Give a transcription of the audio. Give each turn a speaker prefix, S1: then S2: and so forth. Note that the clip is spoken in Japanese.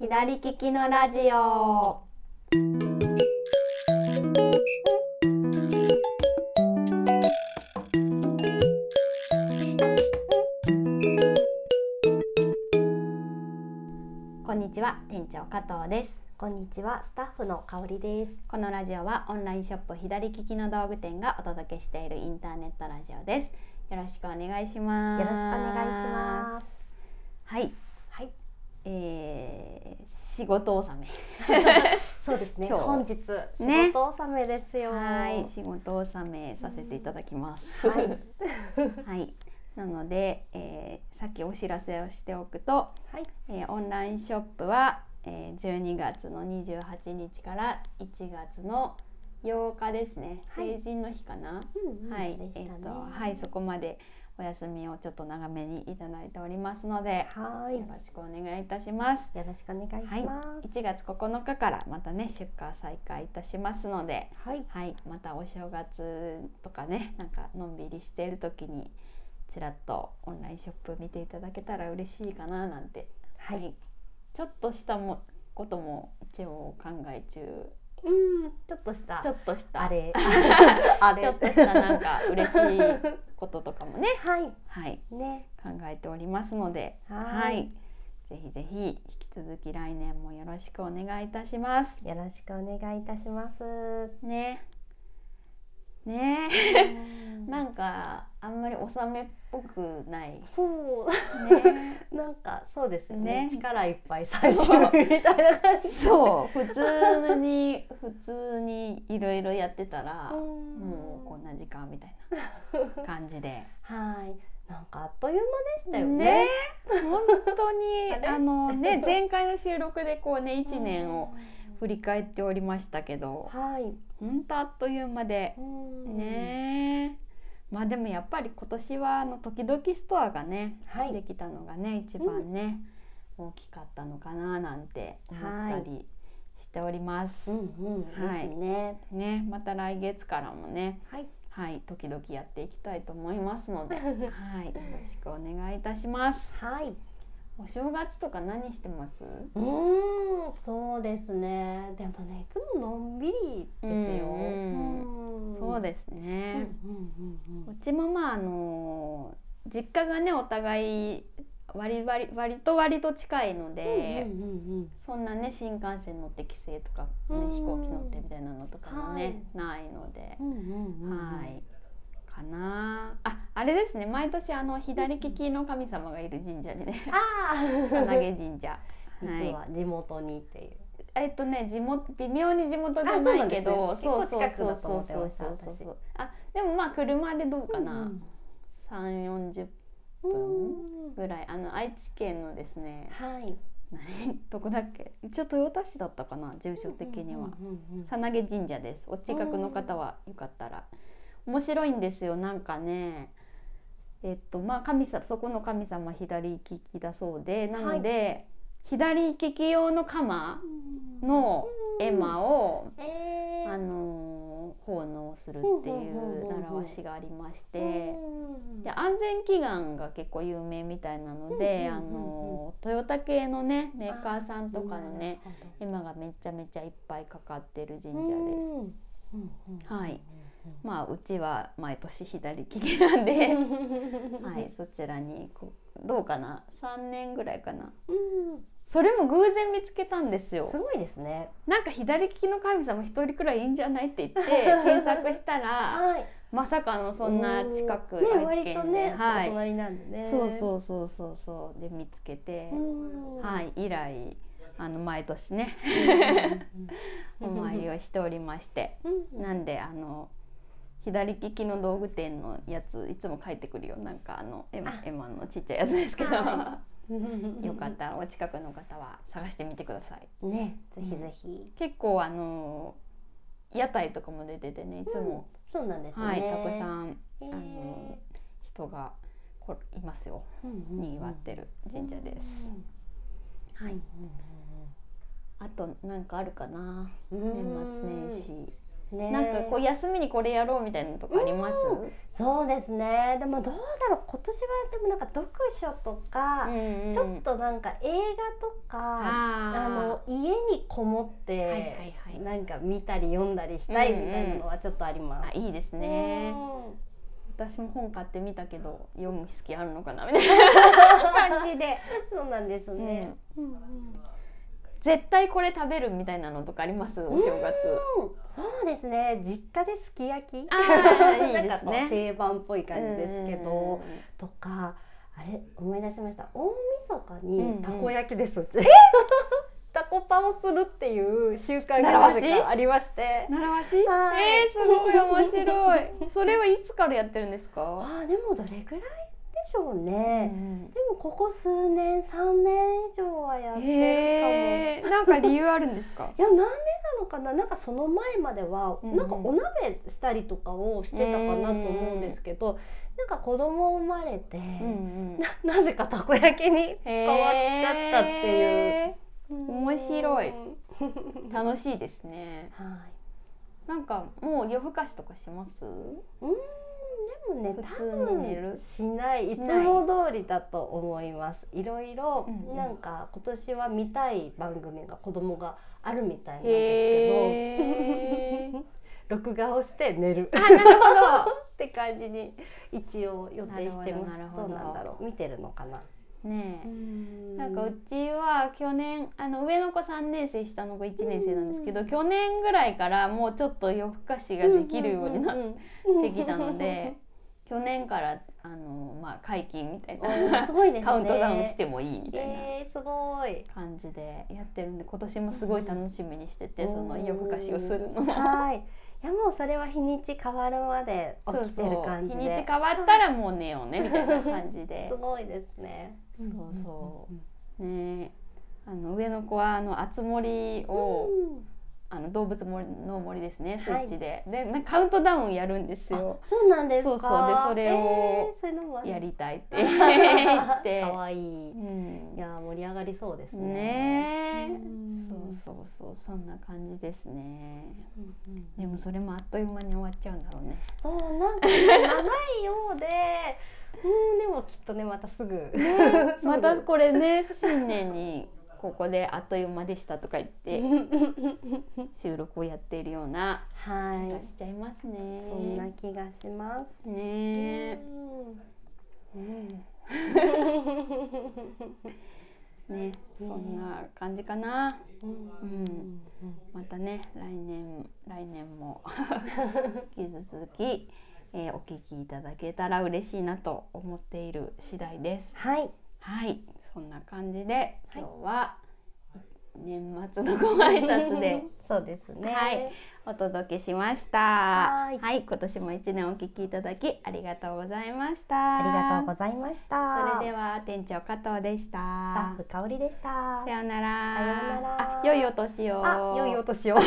S1: 左利きのラジオ。こんにちは、店長加藤です。
S2: こんにちは、スタッフの香りです。
S1: このラジオはオンラインショップ左利きの道具店がお届けしているインターネットラジオです。よろしくお願いします。
S2: よろしくお願いします。
S1: はい、
S2: はい、
S1: えー、仕事納め。
S2: そうですね。
S1: 今日
S2: 本日仕
S1: ね
S2: 事納めですよ。
S1: はい、仕事納めさせていただきます。
S2: は
S1: はい い、なので、えーさっきお知らせをしておくと、
S2: はい、
S1: えーオンラインショップは、えー、12月の28日から1月の8日ですね。
S2: はい
S1: 成人の日かな。
S2: うんうん
S1: はい、
S2: でした
S1: えっ、
S2: ね
S1: とはいそこまでお休みをちょっと長めにいただいておりますので、
S2: はい
S1: よろしくお願いいたします。
S2: よろしくお願いします。
S1: 1月9日からまたね出荷再開いたしますので。
S2: はい、
S1: はい、またお正月とかねなんかのんびりしている時にちらっとオンラインショップ見ていただけたら嬉しいかななんて、
S2: はい、
S1: ちょっとしたもことも一応考え中
S2: うん、ちょっとした。
S1: ちょっとした
S2: あれ、あれ
S1: ちょっとしたなんか嬉しいこととかもね
S2: はい、
S1: はい
S2: ね、
S1: 考えておりますので
S2: はい
S1: ぜひぜひ引き続き来年もよろしくお願いいたします
S2: よろしくお願いいたします。
S1: ねね
S2: な
S1: なんんかあんまり納めっぽくないね。
S2: そう、なんかそうですよね。
S1: ね
S2: 力いっぱい最終 みたいな感じ。
S1: そう普通に普通にいろいろやってたら、
S2: ん
S1: もうこんな時間みたいな感じで。
S2: はい、なんかあっという間でしたよね。
S1: ね本当に
S2: あれ
S1: あのね前回の収録でこうね1年を振り返っておりましたけど
S2: はい。
S1: 本当あっという間で
S2: ね。
S1: ねまあでもやっぱり今年はあの時々ストアがね、
S2: はい
S1: できたのがね一番ね、大きかったのかななんて思ったりしております。
S2: うんうん。
S1: はい
S2: ですね。
S1: ねまた来月からもね
S2: はい。
S1: はい時々やっていきたいと思いますので、はいよろしくお願いいたします。
S2: はい。
S1: お正月とか何してます？
S2: うーん、そうですね。でもね、いつものんびりですよ。
S1: うんそうです
S2: す
S1: ね。
S2: うんうんうんう。
S1: うんちもまああの実家がねお互い割り割り割と割と近いので。
S2: うんうんうん
S1: そんなね新幹線乗って帰省とか、ね、
S2: うん
S1: 飛行機乗ってみたいなのとかもね、ないので、
S2: うんうんうんうん
S1: はいかなああれですね毎年あの左利きの神様がいる神社でね
S2: あ
S1: 草
S2: あ
S1: 薙神社
S2: 実は地元にっていう
S1: えっとね地元微妙に地元じゃないけど
S2: あそうなんですね
S1: そうそうそ
S2: 結構近くだと思って
S1: う
S2: ました
S1: そうそうそうあでもまあ車でどうか
S2: う
S1: なん3四4 0
S2: うん
S1: ぐらいあの愛知県のですね
S2: はい
S1: 何どこだっけ一応豊田市だったかな住所的には、
S2: うんうんうん
S1: さなげ神社ですお近くの方はよかったら面白いんですよなんかねえっとまあ神様そこの神様左利きだそうでなので、左利き用の鎌
S2: うん
S1: の絵馬を、
S2: えー
S1: あのー奉納するっていう習わしがありまして。
S2: うん
S1: で安全祈願が結構有名みたいなので、
S2: うんうんうんうん
S1: あのートヨタ系のねメーカーさんとかのね
S2: なるほど
S1: 絵馬がめちゃめちゃいっぱいかかってる神社です。
S2: です
S1: はい。まあうちは毎年左利きなん で、はい、そちらにこうどうかな3年ぐらいかな
S2: うん。
S1: それも偶然見つけたんですよ
S2: すごいですね。
S1: なんか左利きの神様一人くらいいいんじゃないって言って 検索したら
S2: はい。
S1: まさかのそんな近く
S2: ね、
S1: 愛知
S2: 割と
S1: 県で、
S2: ね、
S1: は
S2: お
S1: い、
S2: 隣なんでね。
S1: そう
S2: う。。
S1: そうそうそうそうで見つけて、はいい、以来あの毎年ねお参りをしておりまして。なんであの左利きの道具店のやついつも帰ってくるよなんかあのエマ
S2: あ
S1: エマのちっちゃいやつですけど、
S2: は
S1: よかったらお近くの方は探してみてください
S2: た。ね、ぜひぜひ。
S1: 結構あの屋台とかも出ててねいつも、
S2: そうなんですね。
S1: はいたく
S2: ん。
S1: さんあの人がこいますよにぎわってる神社です、。
S2: はい。
S1: あとなんかあるかな年末年始、
S2: ね。
S1: なんかこう休みにこれやろうみたいなのとかあります、
S2: うんそうですね。でもどうだろう。今年はでもなんか読書とか、
S1: うんうん
S2: ちょっとなんか映画とか。
S1: あー
S2: あにこもって、
S1: はいはいはい
S2: なんか見たり読んだりしたい
S1: うんうん
S2: みたいなのはちょっとあります
S1: あ。いいですね
S2: うん
S1: 私も本買ってみたけど読む隙あるのかなみたいな感じ で、
S2: そうなんですね。うんうん
S1: 絶対これ食べるみたいなのとかありますお正月
S2: うんそうですね実家ですき焼き
S1: あ ー
S2: ない
S1: い
S2: ん
S1: で
S2: か
S1: すね
S2: こう定番っぽい感じですけど、
S1: うん
S2: とかあれ思い出しました大晦
S1: う
S2: 日
S1: んう
S2: に
S1: ん
S2: たこ焼きです、うち たこパをするっていう習慣
S1: 習
S2: が
S1: わ
S2: な
S1: し
S2: ぜかありまして
S1: 習わしえ
S2: はい
S1: ー、すごい面白いそれはいつからやってるんです
S2: あ
S1: か、
S2: ーでもどれくらいでしょう
S1: う
S2: ね、
S1: ん
S2: でもここ数年3年以上はやってるかも、
S1: へえー、なんか理由あるんですか
S2: いやなんでなのかななんかその前までは、
S1: うんうん
S2: なんかお鍋したりとかをしてたかなと思うんですけど、なんか子供生まれ て、
S1: うんうん
S2: ななぜかたこ焼きに
S1: 変
S2: 変わっちゃったって
S1: いう、面白い
S2: うん
S1: 楽しいですね
S2: はい
S1: なんかもう夜更かしとかします
S2: でもね
S1: 普
S2: 多
S1: 通に寝る
S2: 分しないい
S1: し
S2: つ
S1: ない
S2: も通りだと思いますいろいろ
S1: うんうん
S2: なんか今年は見たい番組が子供があるみたいなんで
S1: へえ
S2: すけど録画をして寝る
S1: あなるほど
S2: って感じに一応予定してます
S1: なるほどなるほ
S2: どう
S1: ど
S2: なんだろう見てるのかな
S1: ねえ
S2: な
S1: なんかうちは去年あの上の子3年生下の子1年生なんですけど、去年ぐらいからもうちょっと夜更かしができるようになっってきたの で去年からあの、まあ、解禁みたい
S2: お
S1: な
S2: ーすごいですね
S1: カウントダウンしてもいいみたいな
S2: えー、すごい
S1: 感じでやってるんで今年もすごい楽しみにしてて、
S2: うん
S1: その夜更かしをするの。
S2: はいいやもうそれは日にち変わるまで 起
S1: そう
S2: き
S1: そ
S2: てる
S1: う
S2: 感
S1: 日
S2: じ
S1: に
S2: で
S1: ち変わったらもう寝ようねみたいな感じで
S2: すごいですね
S1: そうそうねあの上の子はあの熱森を、
S2: ん
S1: あの動物の森ですねスイ
S2: はい
S1: ッチで、でなんかカウントダウンやるんです
S2: あ
S1: よ
S2: そうなんです
S1: そう
S2: か
S1: そうでそれを
S2: えーそういうのもある
S1: やりたいっ て言って。
S2: 可愛 いいうい
S1: ん
S2: やー盛り上がりそうですね
S1: ねえ、
S2: うん
S1: そうそうそうそんな感じですね
S2: うんうん
S1: でもそれもあっという間に終わっちゃうんだろうね
S2: そうなんかね長いようで うんでもきっとねまたすぐ すぐ
S1: またこれね新年にここであっという間でしたとか言って収録をやっているような気
S2: は
S1: が
S2: い
S1: しちゃいますね、
S2: そんな気がします
S1: ねえ、
S2: う
S1: う
S2: ん
S1: ん、ねそんな感じかな
S2: うん
S1: うんまたね来年来年 も引き続き、えーお聞きいただけたら嬉しいなと思っている次第です。
S2: はい
S1: はいそんな感じで今日は年末のご挨拶で
S2: そうですね
S1: はいお届けしました。
S2: はーい
S1: 今年も一年お聞きいただきありがとうございました。
S2: ありがとうございました
S1: それでは店長加藤でした。
S2: スタッフ香りでした
S1: さようなら。
S2: さようなら
S1: あ 良いお年を。
S2: あ、良いお年をあ